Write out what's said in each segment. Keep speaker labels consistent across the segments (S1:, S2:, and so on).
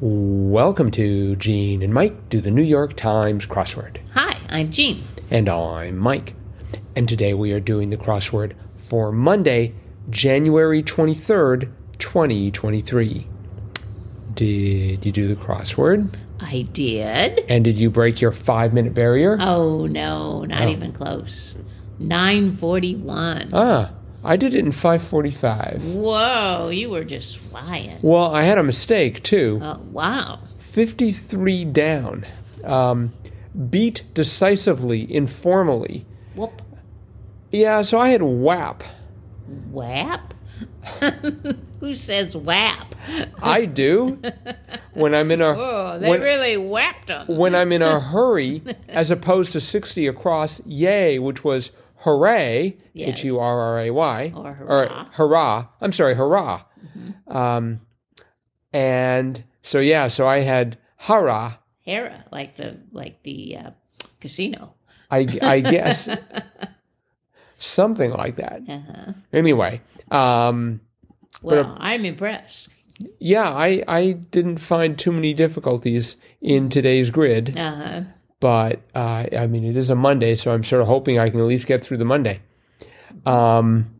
S1: Welcome to Gene and Mike do the New York Times crossword.
S2: Hi, I'm Jean.
S1: And I'm Mike. And today we are doing the crossword for Monday, January 23rd, 2023. Did you do the crossword?
S2: I did.
S1: And did you break your five minute barrier?
S2: Oh no, not even close. 941.
S1: Ah, I did it in 545.
S2: Whoa, you were just flying.
S1: Well, I had a mistake too.
S2: Uh, wow.
S1: 53 down. Um, beat decisively, informally.
S2: Whoop.
S1: Yeah, so I had WAP.
S2: Whap? Who says whap?
S1: I do when I'm in a
S2: Oh, they
S1: when,
S2: really whapped them.
S1: when I'm in a hurry, as opposed to sixty across. Yay, which was hooray,
S2: Yes.
S1: h u r r a y,
S2: Or hurrah. Mm-hmm.
S1: hurrah. I'm sorry, hurrah. Um, and so yeah, so I had hurrah.
S2: Hera, like the like the uh, casino.
S1: I I guess something like that.
S2: Uh-huh.
S1: Anyway, um,
S2: Well, I'm impressed.
S1: yeah, I I didn't find too many difficulties in today's grid.
S2: Uh-huh.
S1: but uh, I mean, it is a Monday, so I'm sort of hoping I can at least get through the Monday. Um,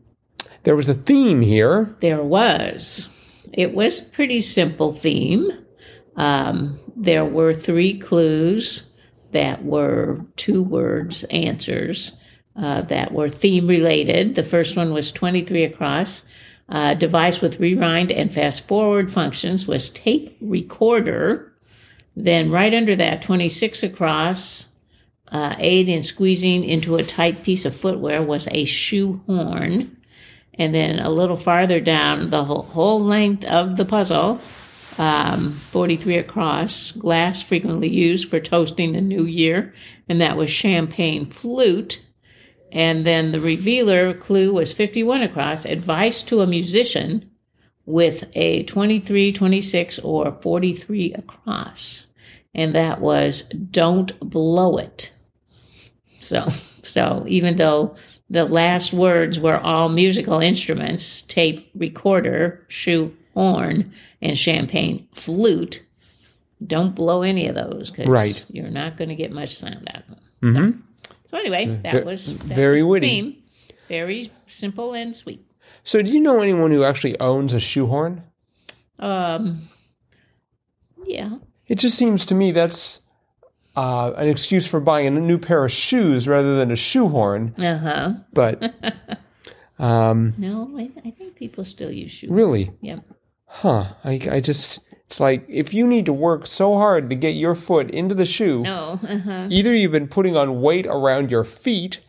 S1: there was a theme here.
S2: There was. It was a pretty simple theme. Um, there were three clues that were two words answers uh, that were theme related. The first one was 23 across. Uh, device with rewind and fast forward functions was tape recorder. Then, right under that, 26 across, uh, aid in squeezing into a tight piece of footwear was a shoehorn. And then a little farther down, the whole, whole length of the puzzle, um, 43 across, glass frequently used for toasting the new year, and that was champagne flute. And then the revealer clue was 51 across, advice to a musician with a 23, 26, or 43 across. And that was don't blow it. So, so even though the last words were all musical instruments, tape recorder, shoe horn, and champagne flute, don't blow any of those because
S1: Right.
S2: you're not going to get much sound out of them.
S1: Mhm.
S2: So anyway,
S1: Ve-
S2: that was that
S1: very
S2: was the
S1: witty.
S2: theme. very simple and sweet.
S1: So, do you know anyone who actually owns a shoehorn?
S2: Um, yeah,
S1: It just seems to me that's uh, an excuse for buying a new pair of shoes rather than a shoehorn.
S2: uh huh.
S1: But, um,
S2: No, I, I think people still use shoes.
S1: really,
S2: Yep.
S1: huh? I, I just it's like if you need to work so hard to get your foot into the shoe.
S2: No. Uh huh.
S1: either you've been putting on weight around your feet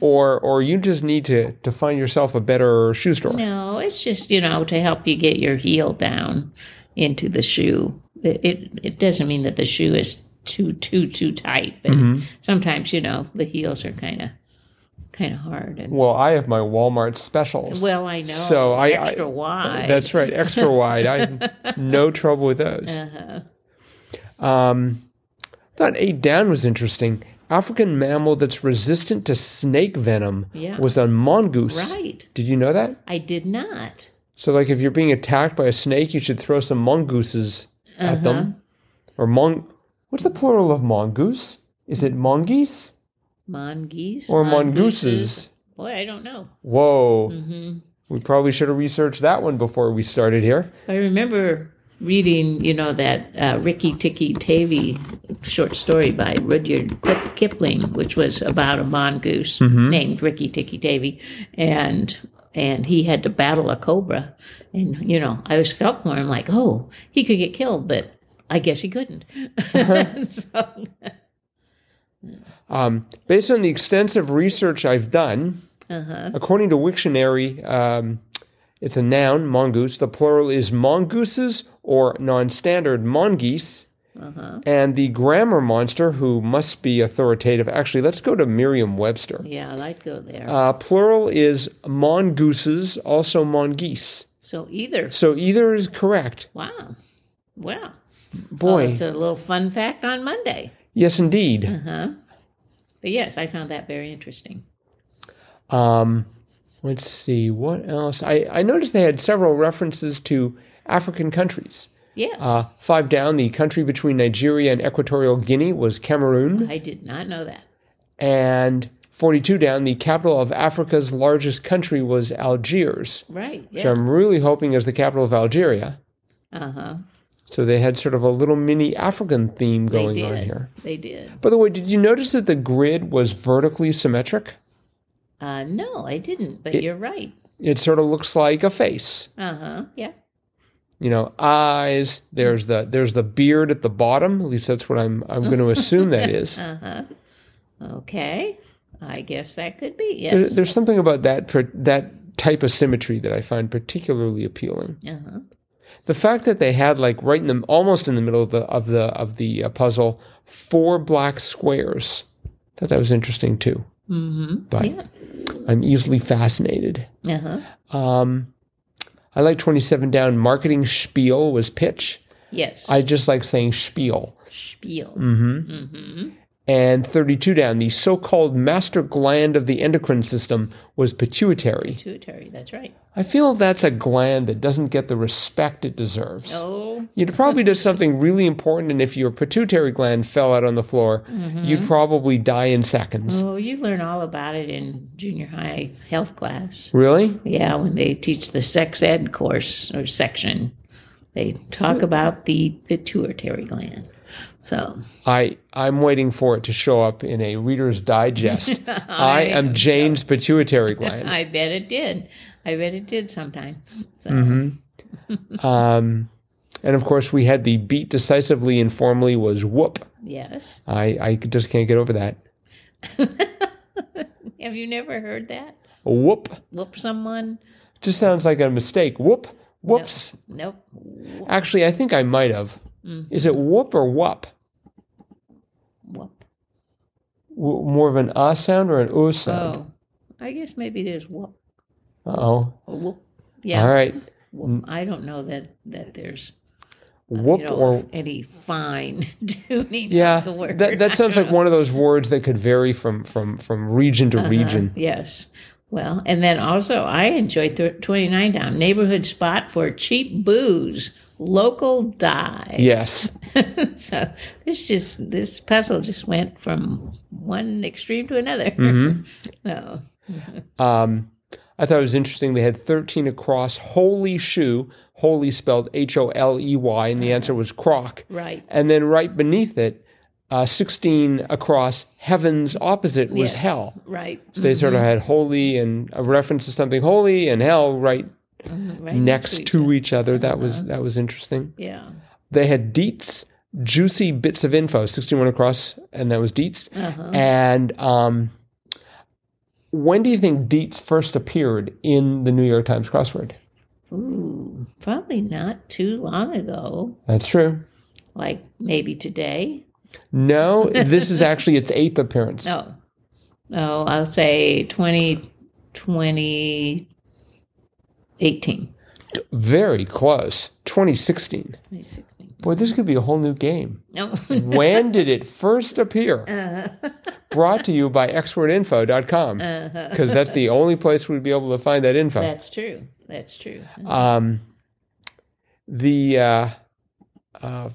S1: or or you just need to to find yourself a better shoe store
S2: No, it's just you know to help you get your heel down into the shoe. It it, it doesn't mean that the shoe is too too too tight, but
S1: Mm-hmm.
S2: sometimes you know the heels are kind of kind of hard and.
S1: well i have my walmart specials
S2: Well, I know.
S1: So I- I-
S2: extra wide.
S1: that's right extra wide i have no trouble with those
S2: uh-huh.
S1: um thought eight down was interesting african mammal that's resistant to snake venom
S2: Yeah.
S1: was a mongoose
S2: right.
S1: did you know that
S2: I did not.
S1: so like if you're being attacked by a snake you should throw some mongooses at them or mon what's the plural of mongoose is it mongoose
S2: Mongoose
S1: or mongooses.
S2: mongooses. Boy, I don't know.
S1: Whoa. We probably should have researched that one before we started here.
S2: I remember reading, you know, that uh, Ricky Ticky Tavi short story by Rudyard Kip- Kipling, which was about a mongoose named Ricky Ticky Tavi, and and he had to battle a cobra, and you know, I was felt for him like, oh, he could get killed, but I guess he couldn't. so,
S1: Um, based on the extensive research I've done,
S2: uh-huh.
S1: according to Wiktionary, um, it's a noun, mongoose. The plural is mongooses or non standard mongoose.
S2: Uh-huh.
S1: And the grammar monster, who must be authoritative. Actually, let's go to Merriam Webster.
S2: Yeah, I'd go there.
S1: Uh, plural is mongooses, also mongoose.
S2: so either.
S1: So either is correct.
S2: Wow. Wow.
S1: Boy,
S2: Oh, It's a little fun fact on Monday.
S1: yes, indeed.
S2: Uh-huh. But yes, I found that very interesting.
S1: Um, let's see what else. I, I noticed they had several references to African countries.
S2: Yes.
S1: Uh, five down, the country between Nigeria and Equatorial Guinea was Cameroon.
S2: I did not know that.
S1: And 42 down, the capital of Africa's largest country was Algiers,
S2: Right.
S1: which
S2: Yeah.
S1: I'm really hoping is the capital of Algeria.
S2: Uh huh.
S1: So they had sort of a little mini African theme
S2: They
S1: going
S2: did.
S1: on here.
S2: They did.
S1: By the way, did you notice that the grid was vertically symmetric?
S2: Uh, no, I didn't. But you're right.
S1: It sort of looks like a face.
S2: Uh huh. Yeah.
S1: You know, eyes. There's the there's the beard at the bottom. At least that's what I'm I'm going to assume that is.
S2: Uh huh. Okay. I guess that could be.
S1: There-
S2: Yes.
S1: There's something about that per- that type of symmetry that I find particularly appealing.
S2: Uh huh.
S1: The fact that they had like right in the almost in the middle of the of the of the uh, puzzle four black squares. Thought that was interesting too.
S2: Mm
S1: But I'm easily fascinated.
S2: hmm. Uh huh.
S1: Um, I like 27 down. Marketing spiel was pitch.
S2: Yes.
S1: I just like saying spiel.
S2: Spiel.
S1: Mm-hmm.
S2: Mm-hmm.
S1: And 32 down. The so called master gland of the endocrine system was pituitary.
S2: Pituitary. That's right.
S1: I feel that's a gland that doesn't get the respect it deserves.
S2: Oh.
S1: You'd probably do something really important, and if your pituitary gland fell out on the floor, you'd probably die in seconds.
S2: Oh, you learn all about it in junior high health class.
S1: Really?
S2: Yeah, when they teach the sex ed course or section, they talk about the pituitary gland. So
S1: I, I'm waiting for it to show up in a Reader's Digest. I am Jane's pituitary gland.
S2: I bet it did. I bet it did sometime. So,
S1: Mm-hmm. Um, and of course, we had the beat decisively informally was whoop.
S2: Yes.
S1: I, I just can't get over that.
S2: Have you never heard that?
S1: Whoop
S2: Whoop someone?
S1: just sounds like a mistake. Whoop, whoops.
S2: Nope. Whoop.
S1: Actually, I think I might have. Is it whoop or whup?
S2: whoop.
S1: W- more of an ah sound or an oo sound?
S2: Oh, I guess maybe there's whoop.
S1: Uh oh.
S2: Whoop. Yeah.
S1: All right. Mm.
S2: Whoop. I don't know that, that there's
S1: Whoop
S2: you know,
S1: or.
S2: any fine tuning
S1: Yeah,
S2: of the word.
S1: that, that sounds like one of those words that could vary from, from, from region
S2: Uh-huh.
S1: to region.
S2: Yes. Well, and then also I enjoyed th- 29 down neighborhood spot for cheap booze, local dive.
S1: Yes.
S2: so this just this puzzle just went from one extreme to another.
S1: Mm-hmm.
S2: so,
S1: Um, I thought it was interesting. They had 13 across. Holy shoe, holy spelled H O L E Y, and the
S2: Uh-huh.
S1: answer was croc.
S2: right.
S1: And then right beneath it, uh, 16 across, heaven's opposite was
S2: Yes. Mm-hmm.
S1: hell.
S2: Right.
S1: So they sort of had holy and a reference to something holy and hell right
S2: Mhm, right
S1: next
S2: each- Uh-huh.
S1: to each other. That was that was interesting.
S2: Yeah.
S1: They had deets, juicy bits of info, 61 across, and that was deets.
S2: Uh-huh.
S1: And um, when do you think Dietz first appeared in the New York Times crossword?
S2: Ooh, probably not too long ago,
S1: That's true.
S2: like maybe today.
S1: No, this is actually its eighth appearance.
S2: No. No, I'll say 20, 20, 18,
S1: Very close. 2016.
S2: 2016.
S1: Boy, this could be a whole new game.
S2: No.
S1: When did it first appear?
S2: Uh-huh.
S1: Brought to you by xwordinfo.com
S2: Uh-huh.
S1: because that's the only place we'd be able to find that info.
S2: That's true. That's true.
S1: um, the uh, uh,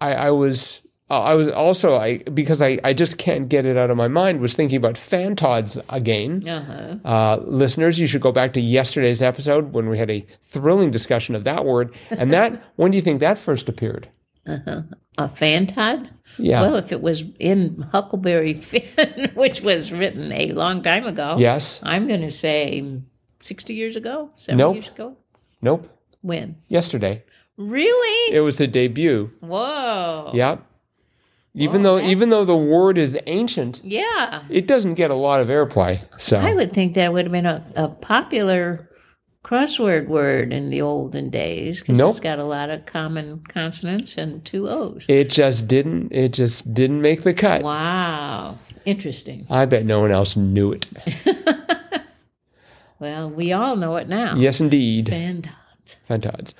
S1: I, I was uh, I was also I because I, I just can't get it out of my mind was thinking about Fantods again.
S2: Uh-huh.
S1: Uh, listeners, you should go back to yesterday's episode when we had a thrilling discussion of that word. And that when do you think that first appeared?
S2: Uh-huh. A fantod?
S1: Yeah.
S2: Well, if it was in Huckleberry Finn, which was written a long time ago,
S1: yes.
S2: I'm going to say 60 years ago, 70
S1: Nope.
S2: years ago.
S1: Nope.
S2: When?
S1: Yesterday.
S2: Really?
S1: It was the debut.
S2: Whoa.
S1: Yeah. Even
S2: Well,
S1: though even though the word is ancient,
S2: Yeah.
S1: it doesn't get a lot of airplay. So
S2: I would think that would have been a, a popular crossword word in the olden days because
S1: Nope.
S2: it's got a lot of common consonants and two O's.
S1: It just didn't. It just didn't make the cut.
S2: Wow. Interesting.
S1: I bet no one else knew it.
S2: Well, we all know it now.
S1: Yes, indeed.
S2: And
S1: Fantods.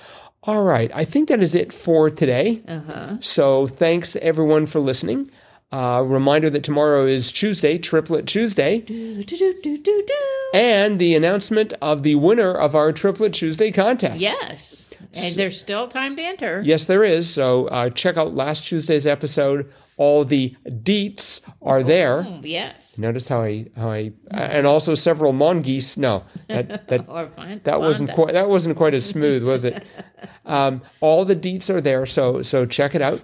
S1: All right. I think that is it for today.
S2: uh-huh.
S1: So thanks everyone for listening. Uh, reminder that tomorrow is Tuesday, Triplet Tuesday,
S2: Do, do, do, do, do, do.
S1: and the announcement of the winner of our Triplet Tuesday contest.
S2: Yes. And there's still time to enter.
S1: Yes, there is. So uh, check out last Tuesday's episode. All the deets are there.
S2: Oh, yes.
S1: Notice how I how I and also several mongeese. No, that that
S2: Or fine.
S1: that wasn't quite that wasn't quite as smooth, was it? um, all the deets are there, so so check it out.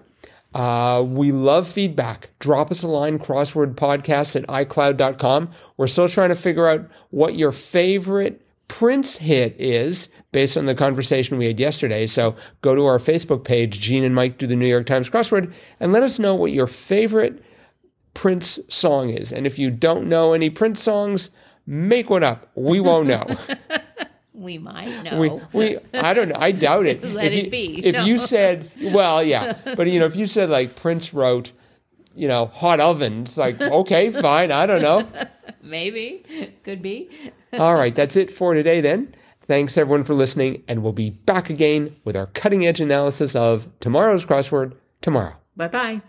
S1: Uh, we love feedback. Drop us a line, crossword podcast at iCloud.com. We're still trying to figure out what your favorite Prince hit is based on the conversation we had yesterday. So go to our Facebook page, Gene and Mike do the New York Times crossword, and let us know what your favorite Prince song is. And if you don't know any Prince songs, make one up. We won't know.
S2: We might know.
S1: we, we I don't know. I doubt it.
S2: Let
S1: if
S2: it
S1: you,
S2: be.
S1: If
S2: No.
S1: you said, well, yeah, but you know, if you said like Prince wrote, you know, hot oven, it's like okay, fine. I don't know.
S2: Maybe. Could be.
S1: All right, that's it for today. Then thanks everyone for listening, and we'll be back again with our cutting edge analysis of tomorrow's crossword tomorrow.
S2: Bye bye.